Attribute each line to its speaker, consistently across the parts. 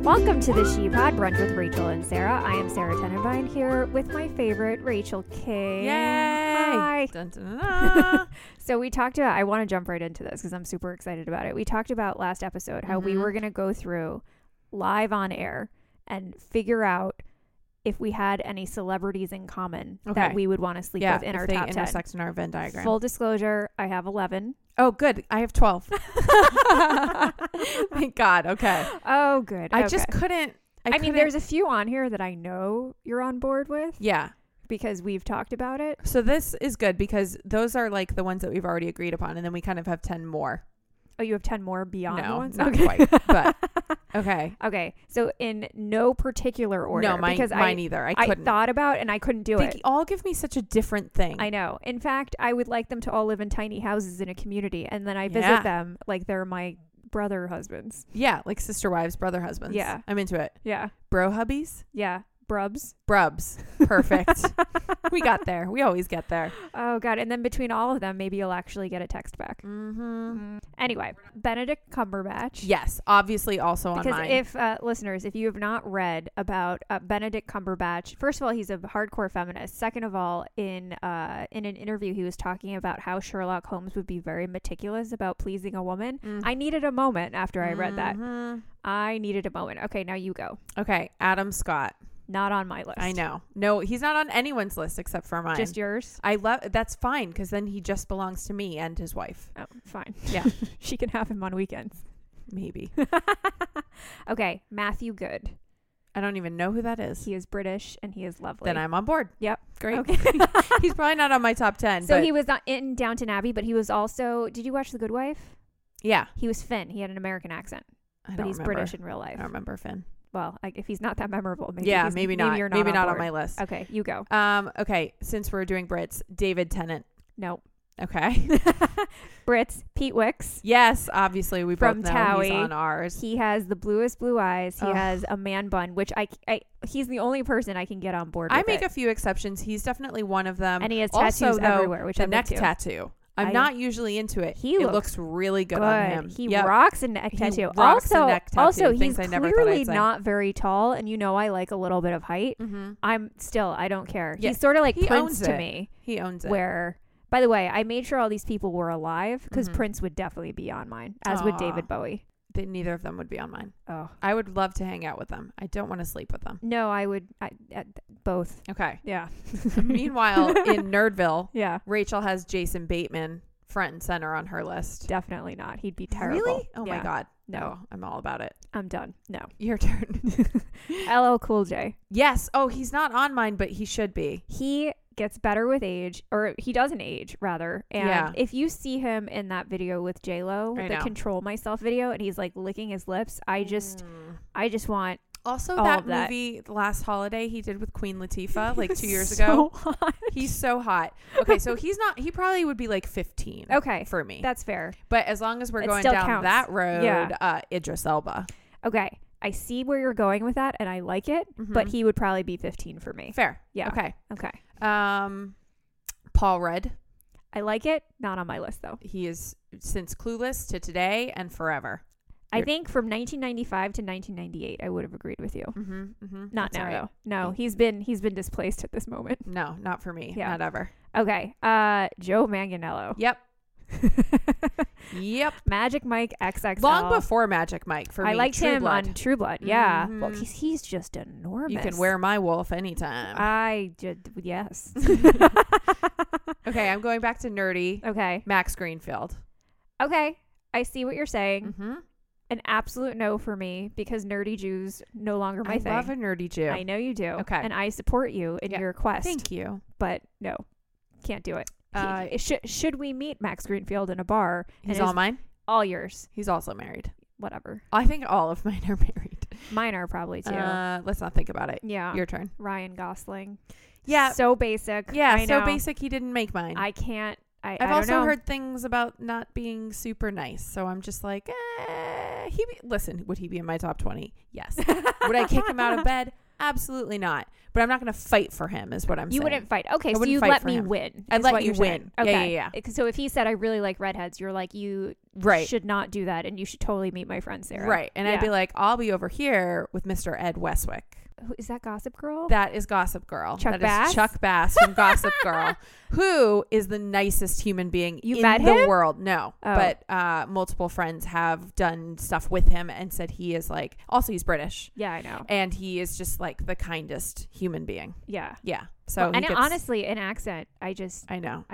Speaker 1: Welcome to the She Pod Brunch with Rachel and Sarah. I am Sarah Tenenbein here with my favorite Rachel King. Hi.
Speaker 2: Dun, dun, dun, dun.
Speaker 1: So we talked about. I want to jump right into this because I'm super excited about it. We talked about last episode how we
Speaker 2: Mhm.
Speaker 1: were going to go through live on air and figure out if we had any celebrities in common that
Speaker 2: Okay.
Speaker 1: we would want to sleep
Speaker 2: yeah,
Speaker 1: with in
Speaker 2: if
Speaker 1: our
Speaker 2: they
Speaker 1: top ten.
Speaker 2: intersect in our Venn diagram.
Speaker 1: Full disclosure, I have eleven.
Speaker 2: oh, good. I have twelve. Thank God. Okay.
Speaker 1: Oh, good.
Speaker 2: I just
Speaker 1: Okay.
Speaker 2: couldn't. I,
Speaker 1: I, mean,
Speaker 2: couldn't-
Speaker 1: there's a few on here that I know you're on board with
Speaker 2: yeah.
Speaker 1: because we've talked about it.
Speaker 2: So this is good because those are like the ones that we've already agreed upon, and then we kind of have ten more.
Speaker 1: Oh, you have 10 more beyond the
Speaker 2: No,
Speaker 1: ones?
Speaker 2: not
Speaker 1: okay.
Speaker 2: quite, but- Okay.
Speaker 1: okay. So, in no particular order.
Speaker 2: no, mine,
Speaker 1: because
Speaker 2: mine
Speaker 1: I,
Speaker 2: either. I
Speaker 1: I,
Speaker 2: couldn't.
Speaker 1: thought about and I couldn't do
Speaker 2: they
Speaker 1: it.
Speaker 2: all give me such a different thing.
Speaker 1: I know. In fact, I would like them to all live in tiny houses in a community and then I visit
Speaker 2: Yeah.
Speaker 1: them like they're my brother husbands.
Speaker 2: yeah, like sister wives, brother husbands.
Speaker 1: Yeah.
Speaker 2: I'm into it.
Speaker 1: Yeah.
Speaker 2: Bro hubbies,
Speaker 1: Yeah. Brubs.
Speaker 2: brubs. Perfect. we got there. We always get there.
Speaker 1: Oh, God. And then between all of them, maybe you'll actually get a text back.
Speaker 2: Mm-hmm.
Speaker 1: Mm. Anyway, Benedict Cumberbatch.
Speaker 2: Yes, obviously also on
Speaker 1: Because
Speaker 2: mine.
Speaker 1: if uh, listeners, if you have not read about uh, Benedict Cumberbatch, first of all, he's a hardcore feminist. Second of all, in uh, in an interview, he was talking about how Sherlock Holmes would be very meticulous about pleasing a woman.
Speaker 2: Mm.
Speaker 1: I needed a moment after I read that.
Speaker 2: Mhm.
Speaker 1: I needed a moment. Okay, now you go.
Speaker 2: Okay, Adam Scott.
Speaker 1: Not on my list.
Speaker 2: I know. No, he's not on anyone's list except for mine.
Speaker 1: Just yours.
Speaker 2: I love that's fine because then he just belongs to me and his wife.
Speaker 1: Oh, fine.
Speaker 2: Yeah.
Speaker 1: she can have him on weekends.
Speaker 2: Maybe
Speaker 1: okay, Matthew Good.
Speaker 2: I don't even know who that is.
Speaker 1: He is British and he is lovely.
Speaker 2: then I'm on board.
Speaker 1: Yep.
Speaker 2: great.
Speaker 1: okay.
Speaker 2: he's probably not on my top ten.
Speaker 1: So
Speaker 2: but
Speaker 1: he was not in Downton Abbey, but he was also. Did you watch The Good Wife?
Speaker 2: yeah,
Speaker 1: He was Finn. He had an American accent,
Speaker 2: I
Speaker 1: but
Speaker 2: don't
Speaker 1: he's
Speaker 2: remember.
Speaker 1: British in real life.
Speaker 2: I don't remember Finn.
Speaker 1: Well, I, if he's not that memorable, maybe
Speaker 2: yeah,
Speaker 1: he's-
Speaker 2: maybe not.
Speaker 1: Maybe, you're not on
Speaker 2: not on
Speaker 1: board.
Speaker 2: my list.
Speaker 1: Okay, you go.
Speaker 2: Um. Okay. Since we're doing Brits, David Tennant.
Speaker 1: No,
Speaker 2: Okay.
Speaker 1: Brits. Pete Wicks.
Speaker 2: yes. Obviously, we
Speaker 1: From
Speaker 2: both know he's
Speaker 1: Towie.
Speaker 2: on ours.
Speaker 1: He has the bluest blue eyes. He
Speaker 2: Ugh.
Speaker 1: has a man bun, which I, I he's the only person I can get on board.
Speaker 2: I
Speaker 1: with
Speaker 2: make
Speaker 1: it.
Speaker 2: a few exceptions. He's definitely one of them.
Speaker 1: and he has
Speaker 2: also,
Speaker 1: tattoos
Speaker 2: though,
Speaker 1: everywhere, which
Speaker 2: the
Speaker 1: I'm
Speaker 2: neck
Speaker 1: into.
Speaker 2: tattoo. I'm
Speaker 1: I-
Speaker 2: not usually into it.
Speaker 1: He
Speaker 2: it
Speaker 1: looks
Speaker 2: looks, really good,
Speaker 1: Good.
Speaker 2: on him.
Speaker 1: He
Speaker 2: Yep.
Speaker 1: rocks a neck
Speaker 2: He
Speaker 1: tattoo.
Speaker 2: rocks a
Speaker 1: also,
Speaker 2: neck tattoo,
Speaker 1: also he's
Speaker 2: things I never thought I'd
Speaker 1: clearly
Speaker 2: say.
Speaker 1: not very tall, and you know I like a little bit of height.
Speaker 2: Mm-hmm.
Speaker 1: I'm still I don't care.
Speaker 2: Yeah,
Speaker 1: He's sort of like
Speaker 2: he
Speaker 1: Prince
Speaker 2: owns
Speaker 1: to
Speaker 2: it.
Speaker 1: me.
Speaker 2: He owns it.
Speaker 1: Where by the way, I made sure all these people were alive because
Speaker 2: Mhm.
Speaker 1: Prince would definitely be on mine, as would
Speaker 2: Aw.
Speaker 1: David Bowie.
Speaker 2: That neither of them would be on mine.
Speaker 1: Oh
Speaker 2: I would love to hang out with them. I don't want to sleep with them.
Speaker 1: no, I would I, uh, both.
Speaker 2: Okay.
Speaker 1: Yeah,
Speaker 2: Meanwhile, in Nerdville,
Speaker 1: yeah,
Speaker 2: Rachel has Jason Bateman front and center on her list.
Speaker 1: definitely not. He'd be terrible.
Speaker 2: Really? Oh
Speaker 1: Yeah.
Speaker 2: my God.
Speaker 1: No,
Speaker 2: Oh, I'm all about it.
Speaker 1: I'm done. No,
Speaker 2: Your turn.
Speaker 1: LL Cool J.
Speaker 2: yes. Oh, he's not on mine, but he should be.
Speaker 1: He gets better with age, or he doesn't age rather. And
Speaker 2: Yeah.
Speaker 1: if you see him in that video with J Lo,
Speaker 2: I
Speaker 1: the
Speaker 2: know.
Speaker 1: Control Myself video, and he's like licking his lips, I just,
Speaker 2: Mm.
Speaker 1: I just want
Speaker 2: Also,
Speaker 1: All
Speaker 2: that,
Speaker 1: of that.
Speaker 2: movie last holiday he did with Queen Latifah like two years
Speaker 1: So
Speaker 2: ago.
Speaker 1: hot.
Speaker 2: He's so hot. Okay, so he's not. He probably would be like 15.
Speaker 1: Okay,
Speaker 2: for me.
Speaker 1: That's fair.
Speaker 2: but as long as we're
Speaker 1: It
Speaker 2: going
Speaker 1: still
Speaker 2: down
Speaker 1: counts.
Speaker 2: that road,
Speaker 1: Yeah.
Speaker 2: uh, Idris Elba.
Speaker 1: Okay. I see where you're going with that and I like it, but
Speaker 2: Mhm.
Speaker 1: he would probably be 15 for me.
Speaker 2: fair.
Speaker 1: Yeah.
Speaker 2: Okay.
Speaker 1: Okay.
Speaker 2: Um, Paul Rudd.
Speaker 1: I like it. Not on my list though.
Speaker 2: He is since Clueless to today and forever.
Speaker 1: I
Speaker 2: You're-
Speaker 1: think from 1995 to 1998 I would have agreed with you.
Speaker 2: Mm-hmm, mm-hmm.
Speaker 1: Not now though. No, he's been he's been displaced at this moment.
Speaker 2: No, not for me.
Speaker 1: Yeah.
Speaker 2: Not ever.
Speaker 1: Okay. Uh Joe Manganiello.
Speaker 2: Yep. Yep.
Speaker 1: Magic Mike XXL.
Speaker 2: Long before Magic Mike for
Speaker 1: I
Speaker 2: me.
Speaker 1: liked
Speaker 2: True
Speaker 1: him
Speaker 2: Blood.
Speaker 1: on True Blood. Yeah. Well,
Speaker 2: Mhm.
Speaker 1: he's, he's just enormous.
Speaker 2: You can wear my wolf anytime.
Speaker 1: Uh, I did yes.
Speaker 2: Okay, I'm going back to nerdy.
Speaker 1: okay.
Speaker 2: Max Greenfield.
Speaker 1: Okay. I see what you're saying.
Speaker 2: Mm-hmm.
Speaker 1: an absolute no for me because nerdy Jews no longer my
Speaker 2: I
Speaker 1: thing.
Speaker 2: love a nerdy Jew.
Speaker 1: I know you do.
Speaker 2: Okay.
Speaker 1: And I support you in
Speaker 2: Yeah.
Speaker 1: your quest.
Speaker 2: Thank you.
Speaker 1: But no, can't do it. He-
Speaker 2: Uh,
Speaker 1: it should, should we meet Max Greenfield in a bar? and
Speaker 2: He's
Speaker 1: it
Speaker 2: all
Speaker 1: is
Speaker 2: mine.
Speaker 1: all yours.
Speaker 2: He's also married.
Speaker 1: Whatever.
Speaker 2: I think all of mine are married.
Speaker 1: Mine are probably too.
Speaker 2: Uh, let's not think about it.
Speaker 1: yeah.
Speaker 2: Your turn.
Speaker 1: Ryan Gosling.
Speaker 2: Yeah.
Speaker 1: So basic.
Speaker 2: yeah.
Speaker 1: I
Speaker 2: so
Speaker 1: know.
Speaker 2: basic. He didn't make mine. I,
Speaker 1: I can't. I, I
Speaker 2: have
Speaker 1: don't
Speaker 2: also
Speaker 1: know.
Speaker 2: heard things about not being super nice. So I'm just like, eh, he be, listen. Would he be in my top twenty? Yes. would I kick him out of bed? Absolutely not. But I'm not going to fight for him, is what I'm
Speaker 1: You
Speaker 2: saying.
Speaker 1: wouldn't fight. Okay, so
Speaker 2: wouldn't
Speaker 1: you
Speaker 2: fight
Speaker 1: let
Speaker 2: for
Speaker 1: me
Speaker 2: him.
Speaker 1: win.
Speaker 2: I'd
Speaker 1: is
Speaker 2: let
Speaker 1: what
Speaker 2: you
Speaker 1: you're saying.
Speaker 2: win. Yeah,
Speaker 1: Okay.
Speaker 2: yeah,
Speaker 1: yeah. So if he said, I really like redheads, you're like, you
Speaker 2: Right.
Speaker 1: should not do that and you should totally meet my friend Sarah.
Speaker 2: Right. And I'd
Speaker 1: Yeah.
Speaker 2: be like, I'll be over here with Mr. Ed Westwick.
Speaker 1: Who- Is that Gossip Girl?
Speaker 2: That is Gossip Girl.
Speaker 1: Chuck
Speaker 2: That
Speaker 1: Bass?
Speaker 2: is Chuck Bass from Gossip Girl, who is the nicest human being
Speaker 1: You
Speaker 2: in
Speaker 1: met
Speaker 2: the
Speaker 1: him?
Speaker 2: world. No,
Speaker 1: Oh.
Speaker 2: but uh, multiple friends have done stuff with him and said he is like. Also, he's British,
Speaker 1: yeah, I know.
Speaker 2: and he is just like the kindest human being.
Speaker 1: Yeah.
Speaker 2: Yeah. So
Speaker 1: Well,
Speaker 2: he
Speaker 1: and
Speaker 2: gets-
Speaker 1: honestly, an accent, I just,
Speaker 2: I know.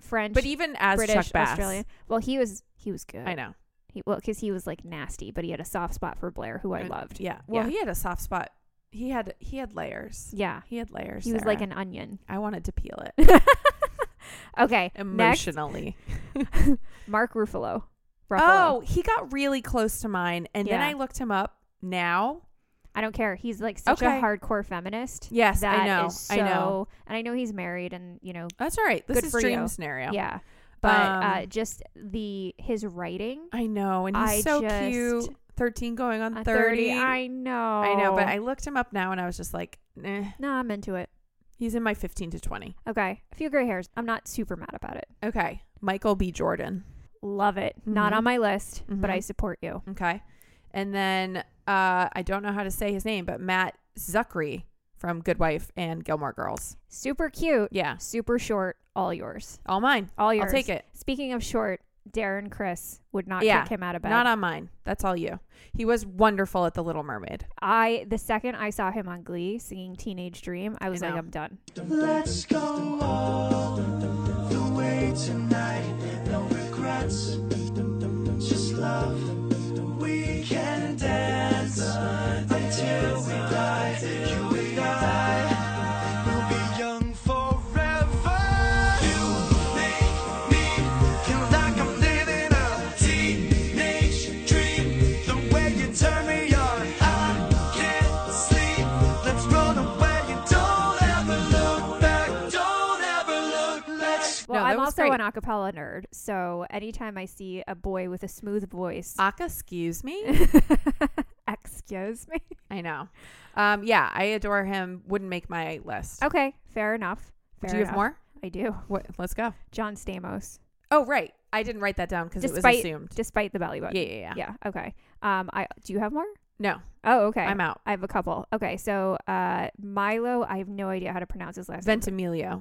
Speaker 1: French,
Speaker 2: But even as
Speaker 1: British,
Speaker 2: Chuck Bass,
Speaker 1: Australian. Well, he was, he was good.
Speaker 2: I know.
Speaker 1: He, well, because he was like nasty, but he had a soft spot for Blair, who I
Speaker 2: And-
Speaker 1: loved.
Speaker 2: Yeah. Well,
Speaker 1: Yeah.
Speaker 2: he had a soft spot. He had he had layers.
Speaker 1: Yeah.
Speaker 2: He had layers.
Speaker 1: He was like
Speaker 2: Sarah.
Speaker 1: an onion.
Speaker 2: I wanted to peel it
Speaker 1: Okay. Next,
Speaker 2: emotionally.
Speaker 1: Mark Ruffalo. Ruffalo.
Speaker 2: Oh, he got really close to mine, and then
Speaker 1: Yeah.
Speaker 2: I looked him up. Now,
Speaker 1: I don't care. He's like such
Speaker 2: Okay.
Speaker 1: a hardcore feminist.
Speaker 2: yes,
Speaker 1: That
Speaker 2: I know.
Speaker 1: is
Speaker 2: I know.
Speaker 1: so- And I know he's married, and you know,
Speaker 2: That's all right. This
Speaker 1: Good
Speaker 2: is
Speaker 1: for
Speaker 2: dream
Speaker 1: you.
Speaker 2: scenario.
Speaker 1: yeah. But uh,
Speaker 2: Um,
Speaker 1: just the his writing.
Speaker 2: I know, and he's
Speaker 1: I
Speaker 2: so
Speaker 1: just-
Speaker 2: cute. Thirteen going on
Speaker 1: Uh,
Speaker 2: thirty.
Speaker 1: I know.
Speaker 2: I know, but I looked him up now, and I was just like, eh,
Speaker 1: no, I'm into it.
Speaker 2: he's in my fifteen to twenty.
Speaker 1: Okay, a few gray hairs. I'm not super mad about it.
Speaker 2: Okay, Michael B. Jordan.
Speaker 1: Love it. Not
Speaker 2: Mhm.
Speaker 1: on my list, but
Speaker 2: Mhm.
Speaker 1: I support you.
Speaker 2: Okay, and then uh, I don't know how to say his name, but Matt Zuckery from Good Wife and Gilmore Girls.
Speaker 1: Super cute,
Speaker 2: Yeah,
Speaker 1: super short. All yours.
Speaker 2: all mine.
Speaker 1: All yours.
Speaker 2: I'll take it.
Speaker 1: Speaking of short, Darren Chris would not
Speaker 2: Yeah,
Speaker 1: kick him out of bed.
Speaker 2: Not on mine. That's all you. He was wonderful at The Little Mermaid.
Speaker 1: I the second I saw him on Glee singing Teenage Dream, I was like,
Speaker 2: know.
Speaker 1: I'm done.
Speaker 3: Let's go all the way tonight. No regrets, just love. We can dance until we die. You and I will be young forever. You make me feel like I'm living a teenage dream. The way you turn me on, I can't sleep. Let's run away and don't ever look back. Don't ever look. Let's
Speaker 1: Well,
Speaker 2: No, that
Speaker 1: I'm
Speaker 2: was
Speaker 1: also
Speaker 2: great.
Speaker 1: an an acapella nerd, so anytime I see a boy with a smooth voice,
Speaker 2: Aka, excuse me.
Speaker 1: excuse me.
Speaker 2: I know. Um, yeah, I adore him. Wouldn't make my list.
Speaker 1: Okay, fair enough. Fair
Speaker 2: Do you have
Speaker 1: enough.
Speaker 2: more?
Speaker 1: I do.
Speaker 2: What? Let's go.
Speaker 1: John Stamos,
Speaker 2: Oh, right. I didn't write that down because it was
Speaker 1: Despite-
Speaker 2: assumed.
Speaker 1: despite the belly
Speaker 2: yeah,
Speaker 1: button.
Speaker 2: yeah, yeah,
Speaker 1: Okay. Um. I do you have more?
Speaker 2: No,
Speaker 1: Oh, okay.
Speaker 2: I'm out.
Speaker 1: I have a couple. Okay, so uh, Milo, I have no idea how to pronounce his last name.
Speaker 2: Ventimiglia.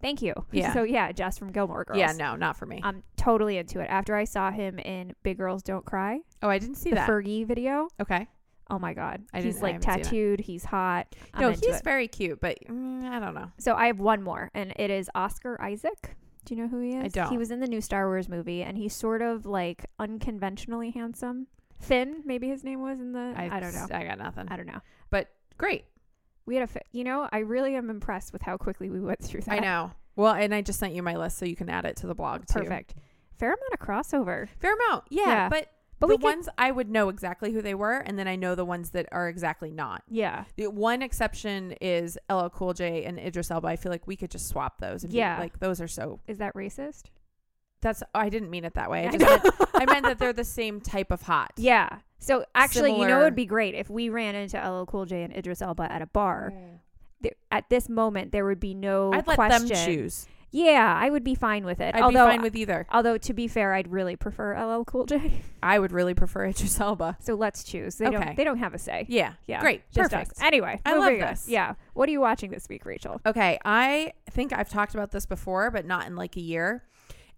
Speaker 1: Thank you.
Speaker 2: Yeah.
Speaker 1: So yeah, Jess from Gilmore Girls. Uh,
Speaker 2: Yeah, no, not for me.
Speaker 1: I'm totally into it. After I saw him in Big Girls Don't Cry,
Speaker 2: oh, I didn't see
Speaker 1: the
Speaker 2: that.
Speaker 1: Fergie video.
Speaker 2: okay.
Speaker 1: Oh my God.
Speaker 2: I
Speaker 1: he's
Speaker 2: didn't- I
Speaker 1: like
Speaker 2: haven't seen it.
Speaker 1: tattooed. He's hot. I'm
Speaker 2: no,
Speaker 1: into
Speaker 2: he's
Speaker 1: it.
Speaker 2: very cute, but mm, I don't know.
Speaker 1: So I have one more, and it is Oscar Isaac. Do you know who he is?
Speaker 2: I don't.
Speaker 1: He was in the new Star Wars movie, and he's sort of like unconventionally handsome. Finn, maybe his name was in the. I, don't know.
Speaker 2: I got nothing.
Speaker 1: I don't know.
Speaker 2: But great.
Speaker 1: We had a. fi- You know, I really am impressed with how quickly we went through that.
Speaker 2: I know. Well, and I just sent you my list so you can add it to the blog too.
Speaker 1: Perfect. Fair amount of crossover.
Speaker 2: Fair amount. Yeah,
Speaker 1: Yeah.
Speaker 2: but
Speaker 1: But
Speaker 2: the
Speaker 1: we could-
Speaker 2: ones I would know exactly who they were, and then I know the ones that are exactly not.
Speaker 1: Yeah.
Speaker 2: The one exception is LL Cool J and Idris Elba. I feel like we could just swap those. And be-
Speaker 1: Yeah.
Speaker 2: like those are so.
Speaker 1: Is that racist?
Speaker 2: That's I didn't mean it that way. I
Speaker 1: I
Speaker 2: just
Speaker 1: know.
Speaker 2: meant, I meant that they're the same type of hot.
Speaker 1: Yeah. So actually, you know, it
Speaker 2: Similar-
Speaker 1: would be great if we ran into LL Cool J and Idris Elba at a bar. Th- at this moment, there would be no
Speaker 2: I'd let
Speaker 1: question.
Speaker 2: them choose.
Speaker 1: Yeah, I would be fine with it.
Speaker 2: I'd
Speaker 1: although,
Speaker 2: be fine with either.
Speaker 1: although to be fair, I'd really prefer LL Cool J.
Speaker 2: I would really prefer Idris Elba.
Speaker 1: so let's choose. They
Speaker 2: Okay.
Speaker 1: don't. They don't have a say.
Speaker 2: Yeah.
Speaker 1: Yeah.
Speaker 2: Great.
Speaker 1: Just us.
Speaker 2: Perfect.
Speaker 1: Anyway,
Speaker 2: I
Speaker 1: moving
Speaker 2: love
Speaker 1: on.
Speaker 2: this.
Speaker 1: Yeah. What are you watching this week, Rachel?
Speaker 2: Okay, I think I've talked about this before, but not in like a year,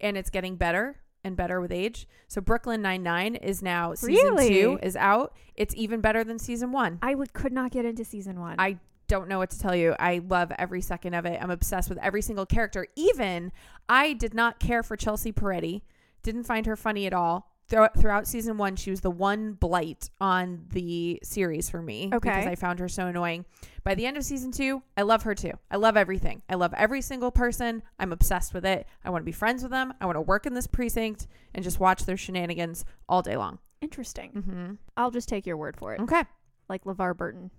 Speaker 2: and it's getting better and better with age. So Brooklyn Nine Nine is now season
Speaker 1: Really?
Speaker 2: two is out. It's even better than season one.
Speaker 1: I would could not get into season one.
Speaker 2: I don't know what to tell you. I love every second of it. I'm obsessed with every single character. Even I did not care for Chelsea Peretti. Didn't find her funny at all. Thro- Throughout season one, she was the one blight on the series for me because
Speaker 1: Okay.
Speaker 2: I found her so annoying. By the end of season two, I love her too. I love everything. I love every single person. I'm obsessed with it. I want to be friends with them. I want to work in this precinct and just watch their shenanigans all day long.
Speaker 1: Interesting.
Speaker 2: Mm-hmm.
Speaker 1: I'll just take your word for it.
Speaker 2: Okay.
Speaker 1: Like LeVar Burton.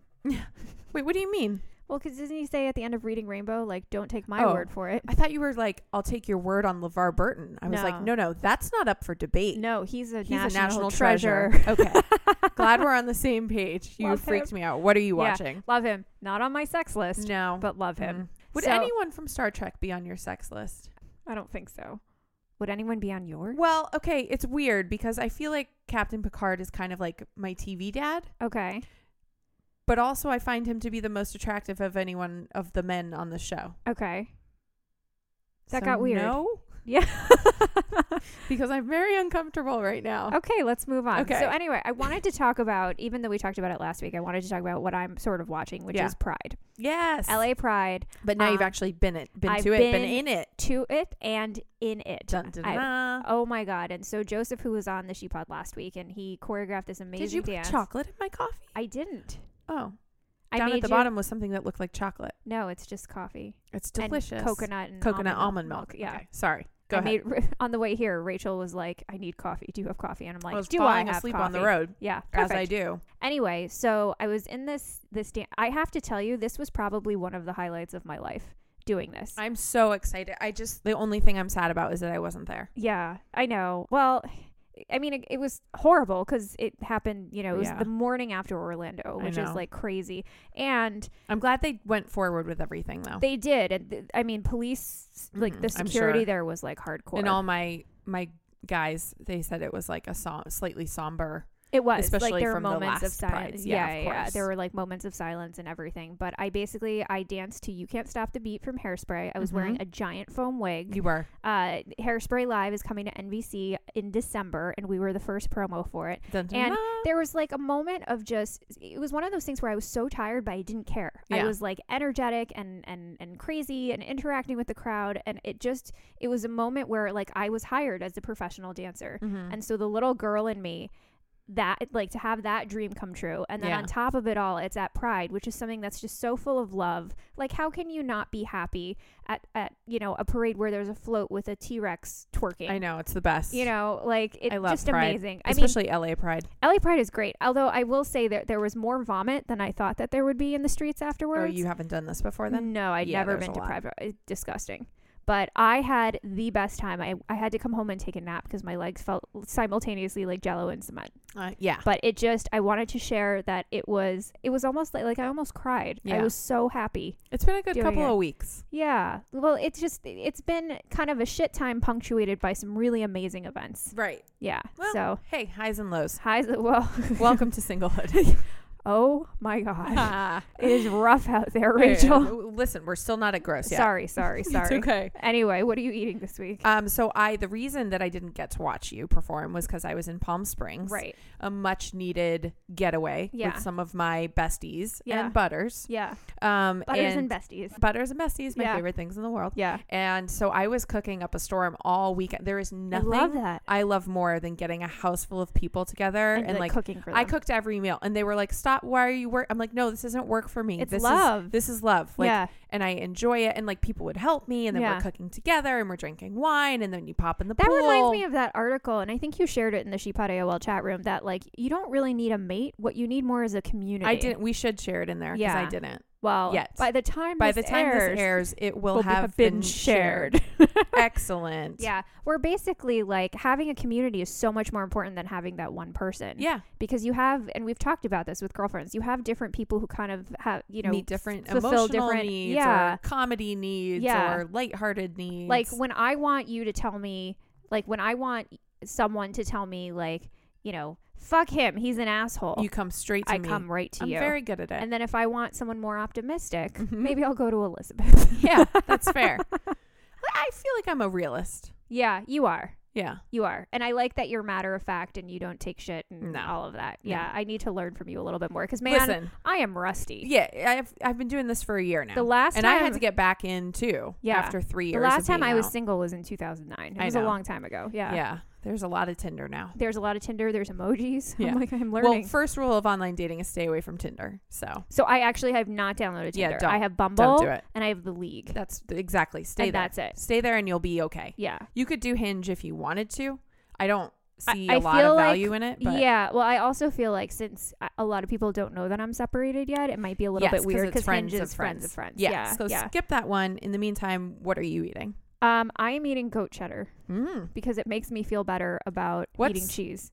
Speaker 2: Wait, what do you mean?
Speaker 1: Well, because doesn't he say at the end of Reading Rainbow, like, don't take my
Speaker 2: Oh.
Speaker 1: word for it?
Speaker 2: I thought you were like, I'll take your word on LeVar Burton. I was like,
Speaker 1: No.
Speaker 2: no, no, that's not up for debate.
Speaker 1: No, he's a,
Speaker 2: He's
Speaker 1: national,
Speaker 2: a national
Speaker 1: treasure.
Speaker 2: treasure. okay. Glad we're on the same page. You
Speaker 1: Love
Speaker 2: freaked me out. What are you
Speaker 1: Yeah.
Speaker 2: watching?
Speaker 1: love him. Not on my sex list,
Speaker 2: No.
Speaker 1: but love him.
Speaker 2: Mm. Would
Speaker 1: So-
Speaker 2: anyone from Star Trek be on your sex list?
Speaker 1: I don't think so. Would anyone be on yours?
Speaker 2: Well, okay, it's weird because I feel like Captain Picard is kind of like my TV dad,
Speaker 1: Okay.
Speaker 2: but also I find him to be the most attractive of anyone of the men on the show.
Speaker 1: Okay. That
Speaker 2: So
Speaker 1: got weird.
Speaker 2: No,
Speaker 1: Yeah.
Speaker 2: because I'm very uncomfortable right now.
Speaker 1: okay, let's move on.
Speaker 2: Okay.
Speaker 1: So anyway, I wanted to talk about even though we talked about it last week, I wanted to talk about what I'm sort of watching, which
Speaker 2: Yeah.
Speaker 1: is Pride.
Speaker 2: Yes,
Speaker 1: LA Pride
Speaker 2: But now you've
Speaker 1: um,
Speaker 2: actually been it, been
Speaker 1: I've
Speaker 2: to it, been
Speaker 1: been-
Speaker 2: in it.
Speaker 1: to it and in it.
Speaker 2: Dun, dun,
Speaker 1: I've-
Speaker 2: dun.
Speaker 1: Oh my god. And so Joseph who was on the She-Pod last week and he choreographed this amazing
Speaker 2: Did you put
Speaker 1: dance.
Speaker 2: chocolate in my coffee?
Speaker 1: I didn't.
Speaker 2: oh,
Speaker 1: I
Speaker 2: down
Speaker 1: made
Speaker 2: at the
Speaker 1: you-
Speaker 2: bottom was something that looked like chocolate.
Speaker 1: No, it's just coffee.
Speaker 2: It's
Speaker 1: and
Speaker 2: delicious.
Speaker 1: coconut and
Speaker 2: coconut almond, milk.
Speaker 1: Yeah.
Speaker 2: Okay, Sorry. Go
Speaker 1: I
Speaker 2: ahead.
Speaker 1: made on the way here. Rachel was like, "I need coffee. Do you have coffee?" And I'm like,
Speaker 2: I was
Speaker 1: "Do I
Speaker 2: falling
Speaker 1: have
Speaker 2: asleep
Speaker 1: coffee?"
Speaker 2: on the road
Speaker 1: Yeah,
Speaker 2: as I
Speaker 1: perfect.
Speaker 2: do.
Speaker 1: Anyway, so I was in this this dan- I have to tell you, this was probably one of the highlights of my life doing this.
Speaker 2: I'm so excited. I just the only thing I'm sad about is that I wasn't there.
Speaker 1: yeah, I know. Well, I mean, it, it was horrible because it happened. You know, it was
Speaker 2: Yeah.
Speaker 1: the morning after Orlando,
Speaker 2: I
Speaker 1: which is
Speaker 2: know.
Speaker 1: like crazy. And
Speaker 2: I'm glad they went forward with everything though.
Speaker 1: they did, and th- I mean, police like the
Speaker 2: Mhm, I'm
Speaker 1: security
Speaker 2: sure.
Speaker 1: there was like hardcore.
Speaker 2: and all my my guys, they said it was like a som- slightly somber.
Speaker 1: It was
Speaker 2: Especially
Speaker 1: like there were
Speaker 2: from the
Speaker 1: moments of
Speaker 2: last
Speaker 1: silence.
Speaker 2: prides.
Speaker 1: Yeah,
Speaker 2: Yeah,
Speaker 1: yeah,
Speaker 2: of
Speaker 1: yeah.
Speaker 2: course.
Speaker 1: There were like moments of silence and everything. But I basically I danced to "You Can't Stop the Beat" from Hairspray. I was wearing
Speaker 2: Mhm.
Speaker 1: a giant foam wig.
Speaker 2: You were
Speaker 1: Uh, Hairspray Live is coming to NBC in December, and we were the first promo for it.
Speaker 2: Dun, dun,
Speaker 1: And
Speaker 2: dun.
Speaker 1: There was like a moment of just it was one of those things where I was so tired, but I didn't care. I
Speaker 2: Yeah.
Speaker 1: was like energetic and and and crazy and interacting with the crowd, and it just it was a moment where like I was hired as a professional dancer.
Speaker 2: Mhm.
Speaker 1: And so the little girl in me, that like to have that dream come true. And then
Speaker 2: Yeah.
Speaker 1: on top of it all, it's at Pride, which is something that's just so full of love. Like, how can you not be happy at, at you know, a parade where there's a float with a T Rex twerking?
Speaker 2: Mm-hmm. I know it's the best.
Speaker 1: You know, like it's
Speaker 2: I love
Speaker 1: just
Speaker 2: Pride,
Speaker 1: amazing. I mean,
Speaker 2: especially LA Pride.
Speaker 1: LA Pride is great. Although I will say that there was more vomit than I thought that there would be in the streets afterwards.
Speaker 2: Oh, you haven't done this before then?
Speaker 1: No, I'd
Speaker 2: Yeah,
Speaker 1: never
Speaker 2: there's
Speaker 1: been
Speaker 2: a
Speaker 1: to
Speaker 2: lot.
Speaker 1: Pride. It's disgusting. But I had the best time. I, I had to come home and take a nap because my legs felt simultaneously like jello and cement.
Speaker 2: Uh, yeah.
Speaker 1: But it just I wanted to share that it was it was almost like like I almost cried. I
Speaker 2: Yeah.
Speaker 1: was so happy.
Speaker 2: It's been a good
Speaker 1: doing
Speaker 2: couple
Speaker 1: it.
Speaker 2: of weeks.
Speaker 1: Yeah. Well, it's just it's been kind of a shit time punctuated by some really amazing events.
Speaker 2: Right.
Speaker 1: Yeah.
Speaker 2: Well,
Speaker 1: so
Speaker 2: hey, highs and lows.
Speaker 1: highs well
Speaker 2: Welcome to singlehood.
Speaker 1: Oh my god. it is rough out Ah, there, Rachel.
Speaker 2: Listen, we're still not at gross yet.
Speaker 1: Sorry, sorry,
Speaker 2: It's
Speaker 1: sorry.
Speaker 2: okay.
Speaker 1: Anyway, what are you eating this week?
Speaker 2: Um, so I the reason that I didn't get to watch you perform was because I was in Palm Springs,
Speaker 1: Right.
Speaker 2: A much needed getaway
Speaker 1: Yeah.
Speaker 2: with some of my besties
Speaker 1: Yeah.
Speaker 2: and butters.
Speaker 1: Yeah.
Speaker 2: Um,
Speaker 1: Butters and, besties.
Speaker 2: butters and besties, my
Speaker 1: Yeah.
Speaker 2: favorite things in the world.
Speaker 1: Yeah.
Speaker 2: And so I was cooking up a storm all weekend. There is nothing
Speaker 1: I love that.
Speaker 2: I love more than getting a house full of people together
Speaker 1: And,
Speaker 2: and,
Speaker 1: like,
Speaker 2: like.
Speaker 1: cooking for them.
Speaker 2: I cooked every meal, and they were like, "Stop! Why are you work?" I'm like, "No, this isn't work for me.
Speaker 1: It's
Speaker 2: this
Speaker 1: love.
Speaker 2: Is, this is love. Like,
Speaker 1: yeah.
Speaker 2: and I enjoy it. And like people would help me, and then
Speaker 1: Yeah.
Speaker 2: we're cooking together, and we're drinking wine, and then you pop in the
Speaker 1: That
Speaker 2: pool.
Speaker 1: reminds me of that article, and I think you shared it in the Sheepod AOL chat room that like you don't really need a mate. What you need more is a community.
Speaker 2: I didn't. We should share it in there because
Speaker 1: Yeah.
Speaker 2: I didn't.
Speaker 1: Well,
Speaker 2: yet.
Speaker 1: by the time
Speaker 2: By
Speaker 1: this
Speaker 2: the time
Speaker 1: airs,
Speaker 2: this airs, it will,
Speaker 1: will
Speaker 2: have been, shared. Excellent.
Speaker 1: yeah, we're basically like having a community is so much more important than having that one person.
Speaker 2: Yeah.
Speaker 1: because you have, and we've talked about this with girlfriends. You have different people who kind of have you know
Speaker 2: Meet different
Speaker 1: fulfill
Speaker 2: emotional
Speaker 1: different-
Speaker 2: needs,
Speaker 1: yeah.
Speaker 2: or comedy needs,
Speaker 1: Yeah.
Speaker 2: or lighthearted needs.
Speaker 1: like when I want you to tell me, like when I want someone to tell me, like you know, fuck him, he's an asshole.
Speaker 2: you come straight to
Speaker 1: I
Speaker 2: me.
Speaker 1: come right to
Speaker 2: I'm
Speaker 1: you.
Speaker 2: very good at it.
Speaker 1: And then if I want someone more optimistic,
Speaker 2: Mhm.
Speaker 1: maybe I'll go to Elizabeth.
Speaker 2: yeah, that's fair. I feel like I'm a realist.
Speaker 1: yeah, you are.
Speaker 2: Yeah.
Speaker 1: You are. And I like that you're matter of fact and you don't take shit and
Speaker 2: No.
Speaker 1: all of that.
Speaker 2: No.
Speaker 1: Yeah, I need to learn from you a little bit more because, man,
Speaker 2: Listen.
Speaker 1: I am rusty.
Speaker 2: Yeah, I've I've been doing this for a year now.
Speaker 1: The last
Speaker 2: and I
Speaker 1: time-
Speaker 2: had to get back in too.
Speaker 1: Yeah.
Speaker 2: After three
Speaker 1: The
Speaker 2: years.
Speaker 1: last
Speaker 2: of
Speaker 1: time
Speaker 2: being
Speaker 1: I was
Speaker 2: out.
Speaker 1: single was in 2009. It
Speaker 2: I
Speaker 1: was a
Speaker 2: know.
Speaker 1: long time ago. Yeah.
Speaker 2: Yeah. There's a lot of Tinder now.
Speaker 1: There's a lot of Tinder, there's emojis.
Speaker 2: Yeah.
Speaker 1: I'm like, I'm learning.
Speaker 2: Well, first rule of online dating is stay away from Tinder. So
Speaker 1: so I actually have not downloaded
Speaker 2: Yeah,
Speaker 1: Tinder.
Speaker 2: don't-
Speaker 1: I have Bumble
Speaker 2: do it.
Speaker 1: and I have The League.
Speaker 2: that's exactly stay
Speaker 1: and
Speaker 2: there.
Speaker 1: that's it.
Speaker 2: Stay there and you'll be okay.
Speaker 1: Yeah.
Speaker 2: You could do Hinge if you wanted to. I don't see
Speaker 1: I
Speaker 2: a lot
Speaker 1: feel
Speaker 2: of
Speaker 1: like-
Speaker 2: value in it. But
Speaker 1: yeah, well, I also feel like since a- a lot of people don't know that I'm separated yet, it might be a little
Speaker 2: Yes,
Speaker 1: bit weird
Speaker 2: it's
Speaker 1: because
Speaker 2: friends
Speaker 1: Hinge
Speaker 2: of
Speaker 1: is friends of friends.
Speaker 2: Yes,
Speaker 1: Yeah,
Speaker 2: so
Speaker 1: yeah.
Speaker 2: skip that one. In the meantime, what are you eating?
Speaker 1: Um, I am eating goat cheddar
Speaker 2: Mm.
Speaker 1: because it makes me feel better about eating
Speaker 2: What's-
Speaker 1: cheese.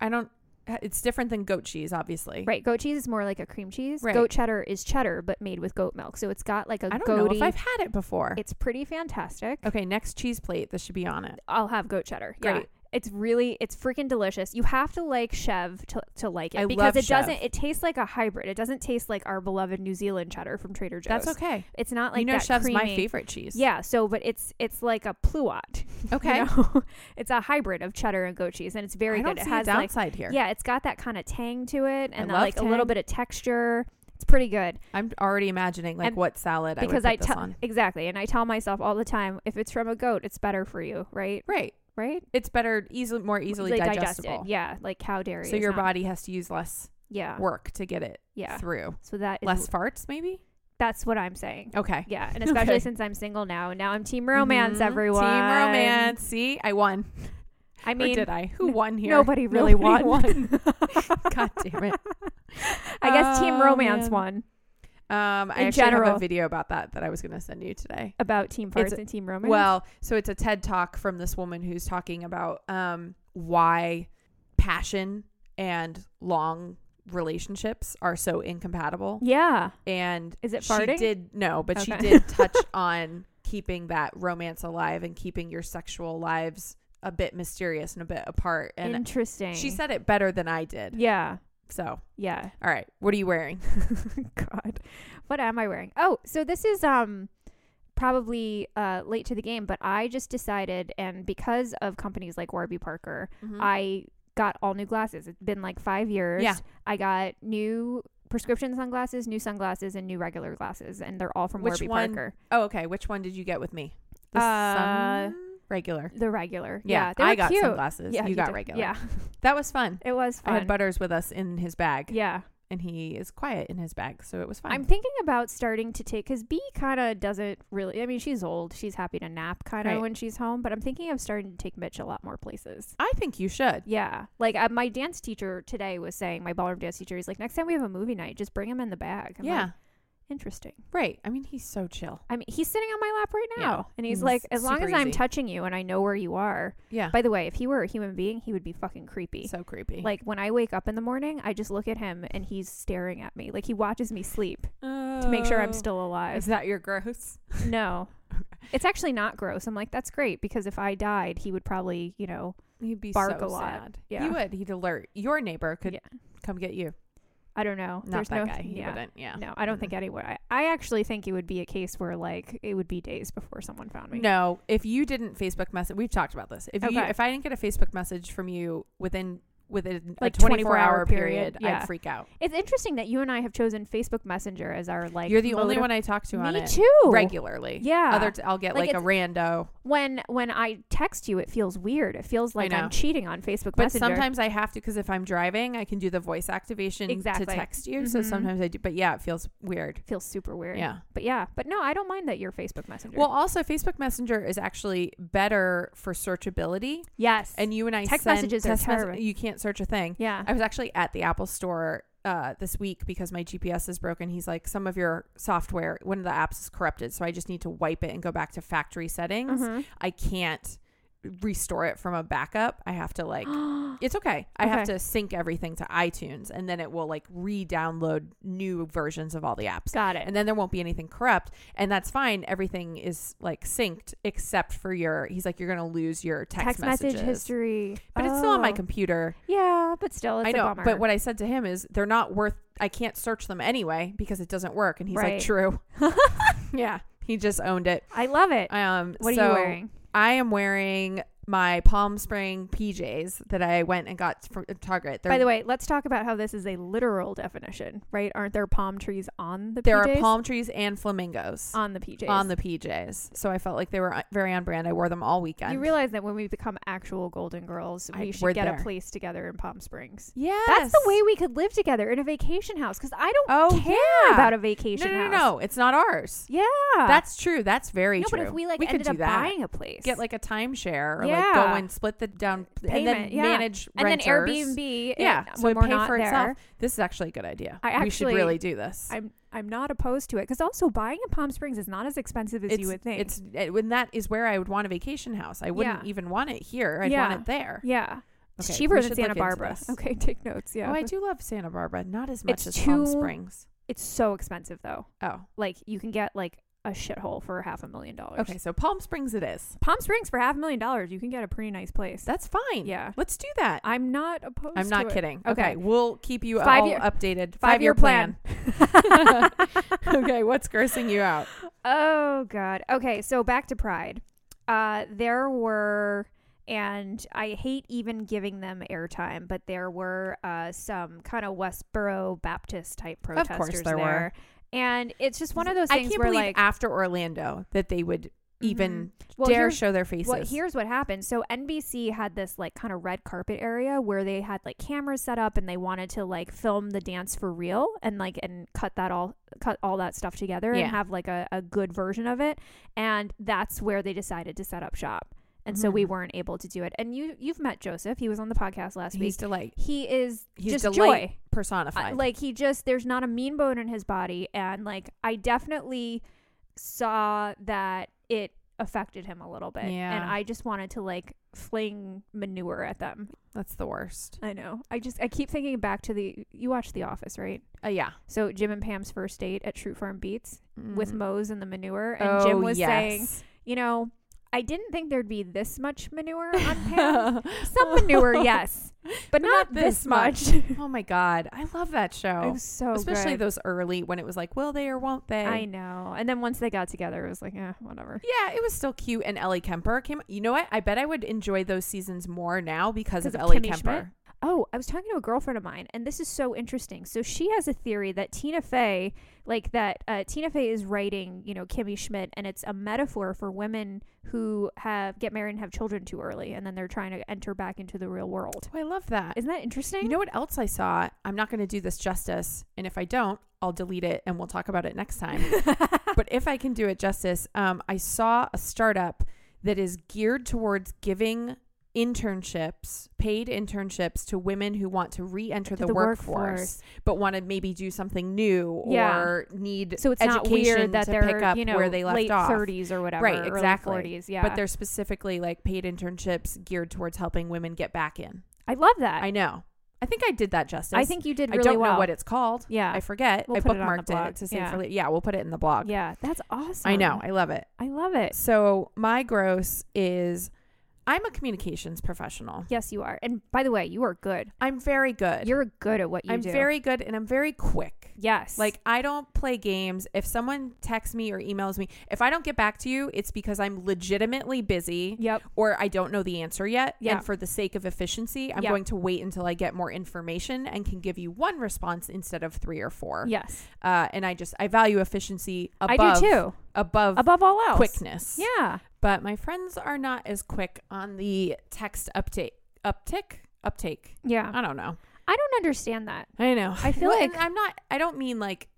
Speaker 2: I don't. uh, It's different than goat cheese, obviously.
Speaker 1: Right, goat cheese is more like a cream cheese.
Speaker 2: Right.
Speaker 1: Goat cheddar is cheddar but made with goat milk, so it's got like a
Speaker 2: I don't know
Speaker 1: goaty.
Speaker 2: if I've had it before.
Speaker 1: It's pretty fantastic.
Speaker 2: okay, next cheese plate. This should be on it.
Speaker 1: I'll have goat cheddar. Yeah.
Speaker 2: Great.
Speaker 1: It's really it's freaking delicious. You have to like Chev to, to like it
Speaker 2: I
Speaker 1: because
Speaker 2: love
Speaker 1: it doesn't
Speaker 2: Chev.
Speaker 1: it tastes like a hybrid. It doesn't taste like our beloved New Zealand cheddar from Trader Joe's.
Speaker 2: That's okay.
Speaker 1: It's not like
Speaker 2: you know,
Speaker 1: that
Speaker 2: Chef's my
Speaker 1: creamy-
Speaker 2: favorite cheese.
Speaker 1: Yeah, so but it's it's like a pluot.
Speaker 2: Okay.
Speaker 1: You know? it's a hybrid of cheddar and goat cheese and it's very
Speaker 2: I
Speaker 1: good.
Speaker 2: don't
Speaker 1: it
Speaker 2: see
Speaker 1: has
Speaker 2: a
Speaker 1: like
Speaker 2: downside here.
Speaker 1: Yeah, it's got that kind of tang to it and
Speaker 2: love
Speaker 1: like a little
Speaker 2: tang.
Speaker 1: bit of texture. It's pretty good
Speaker 2: I'm already imagining like
Speaker 1: And-
Speaker 2: what salad
Speaker 1: because
Speaker 2: I
Speaker 1: I
Speaker 2: would put this
Speaker 1: tell
Speaker 2: on.
Speaker 1: exactly, and I tell myself all the time, if it's from a goat, it's better for you, right?
Speaker 2: Right.
Speaker 1: Right?
Speaker 2: It's better, easily more easily
Speaker 1: Like, digested.
Speaker 2: digestible.
Speaker 1: Yeah, like cow dairy.
Speaker 2: So
Speaker 1: is
Speaker 2: your
Speaker 1: not-
Speaker 2: body has to use less
Speaker 1: yeah,
Speaker 2: work to get it
Speaker 1: yeah.
Speaker 2: through.
Speaker 1: So that is,
Speaker 2: Less farts, maybe.
Speaker 1: That's what I'm saying.
Speaker 2: Okay.
Speaker 1: Yeah, and especially
Speaker 2: Okay.
Speaker 1: since I'm single now. Now I'm team romance,
Speaker 2: Mhm.
Speaker 1: everyone.
Speaker 2: Team romance. See, I won.
Speaker 1: I
Speaker 2: I mean,
Speaker 1: mean,
Speaker 2: did I? Who
Speaker 1: n-
Speaker 2: won here?
Speaker 1: nobody really
Speaker 2: Nobody
Speaker 1: won.
Speaker 2: God damn it.
Speaker 1: I guess team
Speaker 2: Oh,
Speaker 1: romance
Speaker 2: man.
Speaker 1: won
Speaker 2: Um, I
Speaker 1: In
Speaker 2: actually have
Speaker 1: general.
Speaker 2: a video about that that I was going to send you today.
Speaker 1: about team farts
Speaker 2: It's-
Speaker 1: and team romance.
Speaker 2: Well, so it's a TED talk from this woman who's talking about um, why passion and long relationships are so incompatible.
Speaker 1: yeah.
Speaker 2: And
Speaker 1: Is it
Speaker 2: she
Speaker 1: farting?
Speaker 2: did no, but she
Speaker 1: Okay.
Speaker 2: did touch on keeping that romance alive and keeping your sexual lives a bit mysterious and a bit apart. And
Speaker 1: Interesting.
Speaker 2: she said it better than I did.
Speaker 1: yeah.
Speaker 2: So,
Speaker 1: Yeah.
Speaker 2: all right, what are you wearing?
Speaker 1: God. What am I wearing? Oh, so this is um probably uh late to the game, but I just decided and because of companies like Warby Parker, I got all new glasses. It's been like 5 years.
Speaker 2: Mm-hmm. Yeah.
Speaker 1: I got new prescription sunglasses, new sunglasses and new regular glasses and they're all from
Speaker 2: Which
Speaker 1: Warby
Speaker 2: one?
Speaker 1: Parker.
Speaker 2: Oh, okay. Which one did you get with me? The
Speaker 1: Uh,
Speaker 2: sun- regular.
Speaker 1: The regular.
Speaker 2: Yeah,
Speaker 1: Yeah, they
Speaker 2: I
Speaker 1: were
Speaker 2: got
Speaker 1: cute.
Speaker 2: sunglasses. you, got
Speaker 1: did.
Speaker 2: regular.
Speaker 1: Yeah.
Speaker 2: That was fun.
Speaker 1: It was
Speaker 2: I
Speaker 1: fun.
Speaker 2: had Butters with us in his bag,
Speaker 1: yeah.
Speaker 2: and he is quiet in his bag, so it was fun.
Speaker 1: I'm thinking about starting to take because B kind of doesn't really. I mean, she's old. She's happy to nap kind of
Speaker 2: Right.
Speaker 1: when she's home. But I'm thinking of starting to take Mitch a lot more places.
Speaker 2: I think you should.
Speaker 1: Yeah, like uh, my dance teacher today was saying, my ballroom dance teacher is like, next time we have a movie night, just bring him in the bag. I'm
Speaker 2: yeah,
Speaker 1: like, interesting.
Speaker 2: right. I mean, he's so chill.
Speaker 1: I mean, he's sitting on my lap right
Speaker 2: Yeah.
Speaker 1: now, and he's
Speaker 2: He's
Speaker 1: like, as long
Speaker 2: super
Speaker 1: as I'm
Speaker 2: easy.
Speaker 1: touching you and I know where you are.
Speaker 2: Yeah,
Speaker 1: By the way, if he were a human being, he would be fucking creepy.
Speaker 2: so creepy.
Speaker 1: Like when I wake up in the morning, I just look at him and he's staring at me. Like he watches me sleep to make sure I'm
Speaker 2: Oh.
Speaker 1: still alive.
Speaker 2: Uh, Is that your gross?
Speaker 1: No. It's actually not gross. I'm like, that's great because if I died, he would probably, you know,
Speaker 2: He'd be
Speaker 1: Bark
Speaker 2: so
Speaker 1: a lot.
Speaker 2: sad.
Speaker 1: Yeah.
Speaker 2: he would. He'd alert your neighbor. Could
Speaker 1: Yeah.
Speaker 2: come get you.
Speaker 1: I don't know.
Speaker 2: Not that
Speaker 1: no,
Speaker 2: guy. He
Speaker 1: yeah.
Speaker 2: wouldn't. Yeah.
Speaker 1: No, I don't think anyone. I, I actually think it would be a case where like it would be days before someone found me.
Speaker 2: No, if you didn't Facebook message, we've talked about this. If you,
Speaker 1: Okay.
Speaker 2: if I didn't get a Facebook message from you within within
Speaker 1: Like
Speaker 2: a twenty four
Speaker 1: 24
Speaker 2: hour
Speaker 1: hour
Speaker 2: period,
Speaker 1: period, yeah.
Speaker 2: I'd freak out.
Speaker 1: It's interesting that you and I have chosen Facebook Messenger as our like.
Speaker 2: You're the
Speaker 1: mode
Speaker 2: only
Speaker 1: of-
Speaker 2: one I talk to on
Speaker 1: Me
Speaker 2: it
Speaker 1: too.
Speaker 2: regularly.
Speaker 1: Yeah.
Speaker 2: Other, t- I'll get
Speaker 1: Like,
Speaker 2: like, a rando,
Speaker 1: when when I text you, it feels weird. It feels like
Speaker 2: know.
Speaker 1: I'm cheating on Facebook
Speaker 2: but
Speaker 1: Messenger.
Speaker 2: sometimes I have to because if I'm driving, I can do the voice activation
Speaker 1: Exactly.
Speaker 2: to text you. So
Speaker 1: Mhm.
Speaker 2: sometimes I do, but yeah, it feels weird.
Speaker 1: it feels super weird.
Speaker 2: Yeah.
Speaker 1: But yeah, but no, I don't mind that you're Facebook Messenger.
Speaker 2: Well, also Facebook Messenger is actually better for searchability,
Speaker 1: yes,
Speaker 2: and you and I
Speaker 1: Text
Speaker 2: send
Speaker 1: messages are
Speaker 2: mess-
Speaker 1: terrible.
Speaker 2: you can't search a thing.
Speaker 1: yeah,
Speaker 2: I was actually at the Apple store uh, this week because my GPS is broken. He's like, some of your software, one of the apps is corrupted. So I just need to wipe it and go back to factory settings.
Speaker 1: Mhm.
Speaker 2: I can't restore it from a backup. I have to like, it's okay. I have
Speaker 1: Okay.
Speaker 2: to sync everything to iTunes and then it will like re download new versions of all the apps.
Speaker 1: got it.
Speaker 2: And then there won't be anything corrupt. And that's fine. Everything is like synced except for your, he's like, you're going to lose your text,
Speaker 1: text message
Speaker 2: messages.
Speaker 1: history,
Speaker 2: But it's still on my
Speaker 1: Oh.
Speaker 2: computer.
Speaker 1: Yeah, but still, it's
Speaker 2: I
Speaker 1: a
Speaker 2: know,
Speaker 1: bummer.
Speaker 2: but what I said to him is they're not worth. I can't search them anyway because it doesn't work, and he's
Speaker 1: Right.
Speaker 2: like, "True." yeah, he just owned it.
Speaker 1: I love it.
Speaker 2: Um,
Speaker 1: What are
Speaker 2: so
Speaker 1: you wearing?
Speaker 2: I am wearing my Palm Spring PJs that I went and got from Target. They're,
Speaker 1: By the way, let's talk about how this is a literal definition, right? Aren't there palm trees on the
Speaker 2: there
Speaker 1: PJs?
Speaker 2: are palm trees and flamingos
Speaker 1: on the PJs.
Speaker 2: on the PJs, so I felt like they were uh, very on brand. I wore them all weekend.
Speaker 1: you realize that when we become actual Golden Girls,
Speaker 2: I-
Speaker 1: we
Speaker 2: we're
Speaker 1: should get
Speaker 2: there.
Speaker 1: a place together in Palm Springs.
Speaker 2: yeah,
Speaker 1: That's the way we could live together in a vacation house because I don't
Speaker 2: Oh,
Speaker 1: care
Speaker 2: yeah.
Speaker 1: about a
Speaker 2: No,
Speaker 1: vacation
Speaker 2: no, no,
Speaker 1: house.
Speaker 2: no, it's not ours.
Speaker 1: Yeah.
Speaker 2: That's true. That's very
Speaker 1: no,
Speaker 2: true.
Speaker 1: but if we like
Speaker 2: we
Speaker 1: ended
Speaker 2: could do
Speaker 1: up
Speaker 2: that.
Speaker 1: buying a place,
Speaker 2: get like a timeshare or like
Speaker 1: Yeah.
Speaker 2: go and split the down and then
Speaker 1: Payment, yeah.
Speaker 2: manage
Speaker 1: and then
Speaker 2: renters.
Speaker 1: Airbnb.
Speaker 2: Yeah,
Speaker 1: it,
Speaker 2: so
Speaker 1: when
Speaker 2: it
Speaker 1: we're
Speaker 2: pay
Speaker 1: not
Speaker 2: for
Speaker 1: there,
Speaker 2: itself. This is actually a good idea.
Speaker 1: I
Speaker 2: we should
Speaker 1: actually-
Speaker 2: really do this.
Speaker 1: I'm I'm not opposed to it because also buying in Palm Springs is not as expensive as you would think.
Speaker 2: It's it, when that is where I would want a vacation house. I wouldn't
Speaker 1: Yeah.
Speaker 2: even want it here. I'd
Speaker 1: Yeah.
Speaker 2: want it there.
Speaker 1: yeah, it's
Speaker 2: Okay, we
Speaker 1: cheaper than
Speaker 2: should look
Speaker 1: Santa
Speaker 2: into
Speaker 1: Barbara.
Speaker 2: this.
Speaker 1: Okay, take notes. Yeah,
Speaker 2: Oh, I do love Santa Barbara. Not as much
Speaker 1: It's
Speaker 2: as Palm
Speaker 1: too-
Speaker 2: Springs.
Speaker 1: it's so expensive though.
Speaker 2: Oh,
Speaker 1: Like you can get like a shithole for half a million dollars.
Speaker 2: okay. So Palm Springs, it is.
Speaker 1: Palm Springs for half a million dollars, you can get a pretty nice place.
Speaker 2: That's fine.
Speaker 1: Yeah.
Speaker 2: let's do that.
Speaker 1: I'm not opposed.
Speaker 2: I'm
Speaker 1: to
Speaker 2: not
Speaker 1: it.
Speaker 2: kidding. Okay.
Speaker 1: Okay.
Speaker 2: we'll keep you
Speaker 1: Five
Speaker 2: all
Speaker 1: year-
Speaker 2: updated.
Speaker 1: Five year plan.
Speaker 2: okay, what's cursing you out?
Speaker 1: Oh God. Okay, so back to Pride. Uh, there were, and I hate even giving them airtime, but there were uh, some kind of Westboro Baptist type
Speaker 2: course
Speaker 1: protesters
Speaker 2: there were.
Speaker 1: and it's just one of those
Speaker 2: I
Speaker 1: things
Speaker 2: can't
Speaker 1: where
Speaker 2: believe
Speaker 1: like, Mm-hmm.
Speaker 2: after Orlando that they would even
Speaker 1: well,
Speaker 2: dare
Speaker 1: here's-
Speaker 2: show their faces.
Speaker 1: Well, here's what happened. So NBC had this like kind of red carpet area where they had like cameras set up and they wanted to like film the dance for real and like and cut that all cut all that stuff together
Speaker 2: Yeah.
Speaker 1: and have like a, a good version of it. And that's where they decided to set up shop. And so we
Speaker 2: Mhm.
Speaker 1: weren't able to do it. And you you've met Joseph. He was on the podcast last
Speaker 2: he's
Speaker 1: week.
Speaker 2: delight.
Speaker 1: He is
Speaker 2: He's
Speaker 1: just
Speaker 2: delight
Speaker 1: joy.
Speaker 2: personified.
Speaker 1: I- like he just there's not a mean bone in his body and like I definitely saw that it affected him a little bit and
Speaker 2: Yeah.
Speaker 1: I just wanted to like fling manure at them.
Speaker 2: That's the worst.
Speaker 1: I know. I just I keep thinking back to the you watch The Office, right?
Speaker 2: Uh, yeah.
Speaker 1: So Jim and Pam's first date at True Farm Beats with
Speaker 2: Mm.
Speaker 1: Moe's and the manure and Jim
Speaker 2: Oh,
Speaker 1: was saying,
Speaker 2: yes.
Speaker 1: you know, I didn't think there'd be this much manure on Pam. Some manure, yes, but not, this, much.
Speaker 2: oh my god, I love that
Speaker 1: It
Speaker 2: show.
Speaker 1: was so
Speaker 2: Especially
Speaker 1: good.
Speaker 2: those early when it was like, will they or won't they?
Speaker 1: I know. And then once they got together, it was like, eh, whatever.
Speaker 2: Yeah, it was still cute, and Ellie Kemper came. You know what? I bet I would enjoy those seasons more now because of,
Speaker 1: Because of
Speaker 2: Ellie
Speaker 1: Kimmy
Speaker 2: Kemper.
Speaker 1: Oh, I was talking to a girlfriend of mine, and this is so interesting. So she has a theory that Tina Fey, like that, uh, Tina Fey is writing, you know, Kimmy Schmidt, and it's a metaphor for women who have get married and have children too early, and then they're trying to enter back into the real world.
Speaker 2: Oh, I love that.
Speaker 1: Isn't that interesting?
Speaker 2: You know what else I saw? I'm not going to do this justice, and if I don't, I'll delete it, and we'll talk about it next time. but if I can do it justice, um, I saw a startup that is geared towards giving internships, paid internships, to women who want to re-enter the,
Speaker 1: the
Speaker 2: workforce,
Speaker 1: workforce.
Speaker 2: but want to maybe do something new
Speaker 1: Yeah.
Speaker 2: or need
Speaker 1: so it's not
Speaker 2: education
Speaker 1: weird that
Speaker 2: to
Speaker 1: they're
Speaker 2: pick up
Speaker 1: you know
Speaker 2: where they left
Speaker 1: late
Speaker 2: off.
Speaker 1: 30s or whatever,
Speaker 2: Right,
Speaker 1: early
Speaker 2: exactly.
Speaker 1: 40s. Yeah,
Speaker 2: but they're specifically like paid internships geared towards helping women get back in.
Speaker 1: I love that.
Speaker 2: I know. I think I did that justice.
Speaker 1: I, think you did
Speaker 2: I
Speaker 1: really
Speaker 2: don't
Speaker 1: well.
Speaker 2: know what it's called.
Speaker 1: yeah,
Speaker 2: I forget.
Speaker 1: We'll
Speaker 2: I
Speaker 1: put it on the
Speaker 2: bookmarked it.
Speaker 1: blog.
Speaker 2: It's a save
Speaker 1: Yeah.
Speaker 2: for later. Yeah, we'll put it in the blog.
Speaker 1: yeah, that's awesome.
Speaker 2: I know. I love it.
Speaker 1: I love it.
Speaker 2: So my gross is I'm a communications professional.
Speaker 1: Yes, you are. And by the way, you are good.
Speaker 2: I'm very good.
Speaker 1: You're good at what you
Speaker 2: I'm
Speaker 1: do.
Speaker 2: very good and I'm very quick.
Speaker 1: yes.
Speaker 2: Like I don't play games. If someone texts me or emails me, if I don't get back to you, it's because I'm legitimately busy
Speaker 1: yep.
Speaker 2: or I don't know the answer yet.
Speaker 1: Yeah.
Speaker 2: And for the sake of efficiency, I'm
Speaker 1: Yeah.
Speaker 2: going to wait until I get more information and can give you one response instead of three or four.
Speaker 1: Yes.
Speaker 2: Uh, and I just I value efficiency above
Speaker 1: I do too.
Speaker 2: above
Speaker 1: Above all else.
Speaker 2: quickness.
Speaker 1: Yeah.
Speaker 2: But my friends are not as quick on the text update uptick uptake.
Speaker 1: Yeah.
Speaker 2: I don't know.
Speaker 1: I don't understand that.
Speaker 2: I know.
Speaker 1: I feel
Speaker 2: Well,
Speaker 1: like-
Speaker 2: and I'm not. I don't mean like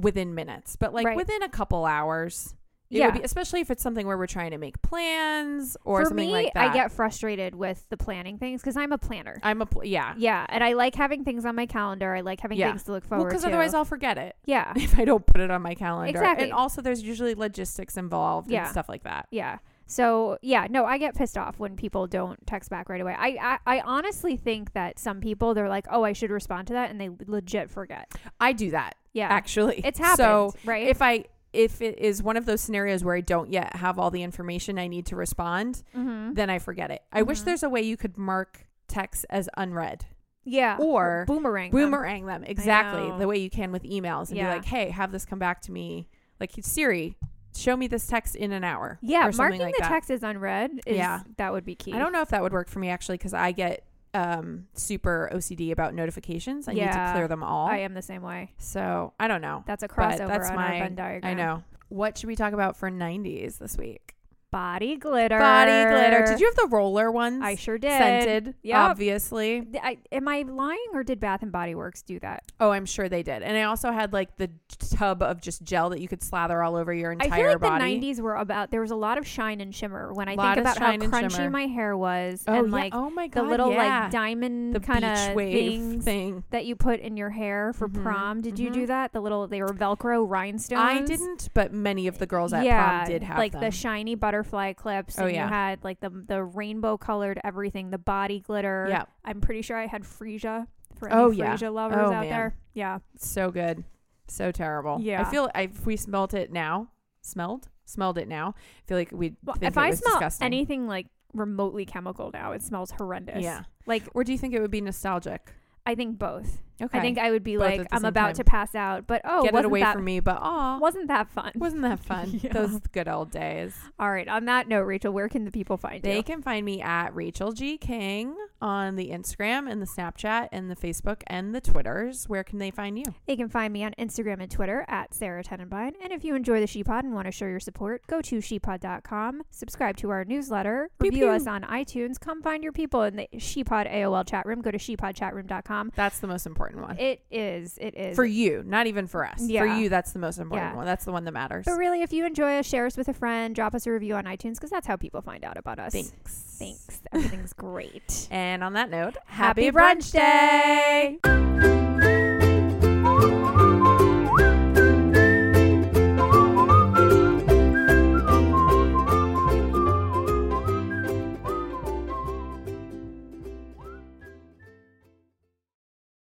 Speaker 2: within minutes, but like
Speaker 1: Right.
Speaker 2: within a couple hours. It
Speaker 1: Yeah.
Speaker 2: would be, especially if it's something where we're trying to make plans or
Speaker 1: For
Speaker 2: something
Speaker 1: me,
Speaker 2: like that.
Speaker 1: I get frustrated with the planning things because I'm a planner.
Speaker 2: I'm a pl- yeah.
Speaker 1: yeah, and I like having things on my calendar. I like having
Speaker 2: Uh. Yeah.
Speaker 1: things to look
Speaker 2: Well,
Speaker 1: forward
Speaker 2: because
Speaker 1: to.
Speaker 2: otherwise I'll forget it
Speaker 1: yeah,
Speaker 2: if I don't put it on my calendar.
Speaker 1: Exactly.
Speaker 2: And also, there's usually logistics involved
Speaker 1: Yeah.
Speaker 2: and stuff like that.
Speaker 1: yeah. So yeah, no, I get pissed off when people don't text back right away. I, I I honestly think that some people they're like, oh, I should respond to that, and they legit forget.
Speaker 2: I do that
Speaker 1: Yeah,
Speaker 2: actually.
Speaker 1: it's happened,
Speaker 2: So
Speaker 1: right?
Speaker 2: if I if it is one of those scenarios where I don't yet have all the information I need to respond,
Speaker 1: mm-hmm.
Speaker 2: then I forget it. I wish
Speaker 1: Mhm.
Speaker 2: there's a way you could mark text as unread.
Speaker 1: yeah,
Speaker 2: or
Speaker 1: boomerang, them.
Speaker 2: Boomerang them exactly
Speaker 1: know.
Speaker 2: the way you can with emails and
Speaker 1: Yeah.
Speaker 2: be like, "Hey, have this come back to me." Like Siri, show me this text in an hour.
Speaker 1: Yeah,
Speaker 2: or something
Speaker 1: marking
Speaker 2: like
Speaker 1: the
Speaker 2: that.
Speaker 1: text as unread is
Speaker 2: Yeah.
Speaker 1: that would be key.
Speaker 2: I don't know if that would work for me actually because I get um, super OCD about notifications. I need to
Speaker 1: Yeah.
Speaker 2: clear them all.
Speaker 1: I am the same way.
Speaker 2: so I don't know.
Speaker 1: That's a
Speaker 2: But
Speaker 1: crossover
Speaker 2: that's
Speaker 1: on
Speaker 2: my-
Speaker 1: our Venn diagram.
Speaker 2: I know. What should we talk about for 90s this week?
Speaker 1: body glitter.
Speaker 2: Body glitter. Did you have the roller ones?
Speaker 1: I sure did.
Speaker 2: Scented,
Speaker 1: Yep.
Speaker 2: obviously.
Speaker 1: Th- I, am I lying or did Bath and Body Works do that?
Speaker 2: Oh, I'm sure they did. And I also had like the tub of just gel that you could slather all over your entire
Speaker 1: I feel like
Speaker 2: body.
Speaker 1: the 90s were about there was a lot of shine and shimmer when I
Speaker 2: Lot
Speaker 1: think
Speaker 2: of
Speaker 1: about how
Speaker 2: shine and shimmer.
Speaker 1: crunchy my hair was
Speaker 2: oh,
Speaker 1: and
Speaker 2: yeah.
Speaker 1: like
Speaker 2: oh my
Speaker 1: the
Speaker 2: god,
Speaker 1: little
Speaker 2: yeah.
Speaker 1: like diamond
Speaker 2: the
Speaker 1: kind
Speaker 2: beach
Speaker 1: of
Speaker 2: wave
Speaker 1: things
Speaker 2: thing.
Speaker 1: that you put in your hair for
Speaker 2: Mhm,
Speaker 1: prom. Did you
Speaker 2: mhm.
Speaker 1: do that? The little they were Velcro rhinestones.
Speaker 2: I didn't, but many of the girls at prom did have
Speaker 1: like
Speaker 2: them.
Speaker 1: the shiny butterfly clips.
Speaker 2: Oh,
Speaker 1: and
Speaker 2: yeah.
Speaker 1: you had like the the rainbow colored everything, the body glitter.
Speaker 2: yeah,
Speaker 1: I'm pretty sure I had Frisia for any
Speaker 2: Oh, yeah.
Speaker 1: Frisia lovers
Speaker 2: Oh,
Speaker 1: out
Speaker 2: man.
Speaker 1: there. Yeah,
Speaker 2: so good, so terrible. I
Speaker 1: Yeah.
Speaker 2: feel I, if we smelt it now, smelled, smelled it now. I feel like we'd
Speaker 1: well,
Speaker 2: think
Speaker 1: if
Speaker 2: it
Speaker 1: I
Speaker 2: was
Speaker 1: smell
Speaker 2: disgusting.
Speaker 1: anything like remotely chemical now, it smells horrendous.
Speaker 2: yeah.
Speaker 1: like
Speaker 2: Or do you think it would be nostalgic?
Speaker 1: I think both.
Speaker 2: Okay,
Speaker 1: I think I would be
Speaker 2: Both
Speaker 1: like,
Speaker 2: at the
Speaker 1: I'm
Speaker 2: same
Speaker 1: about
Speaker 2: time.
Speaker 1: to pass out, but oh,
Speaker 2: get it
Speaker 1: wasn't
Speaker 2: away
Speaker 1: that,
Speaker 2: from me, but aw,
Speaker 1: Wasn't that fun?
Speaker 2: wasn't that fun?
Speaker 1: Yeah.
Speaker 2: Those good old days.
Speaker 1: All right. On that note, Rachel, where can the people find
Speaker 2: They
Speaker 1: you?
Speaker 2: can find me at Rachel G King on the Instagram and the Snapchat and the Facebook and the Twitters. Where can they find you?
Speaker 1: They can find me on Instagram and Twitter at Sarah Tenenbein. And if you enjoy the Sheepod and want to show your support, go to sheepod.com, subscribe to our newsletter,
Speaker 2: Pew,
Speaker 1: review
Speaker 2: pew.
Speaker 1: us on iTunes, come find your people in the Sheepod AOL chat room. Go to sheepodchatroom.com.
Speaker 2: That's the most important one.
Speaker 1: It is. It is.
Speaker 2: for you, not even for us. For
Speaker 1: Yeah.
Speaker 2: you, that's the most important
Speaker 1: Yeah.
Speaker 2: one. That's the one that matters.
Speaker 1: but really, if you enjoy us, share us with a friend, drop us a review on iTunes because that's how people find out about us.
Speaker 2: Thanks.
Speaker 1: Thanks. Everything's great.
Speaker 2: And on that note,
Speaker 1: Happy brunch day!
Speaker 2: day!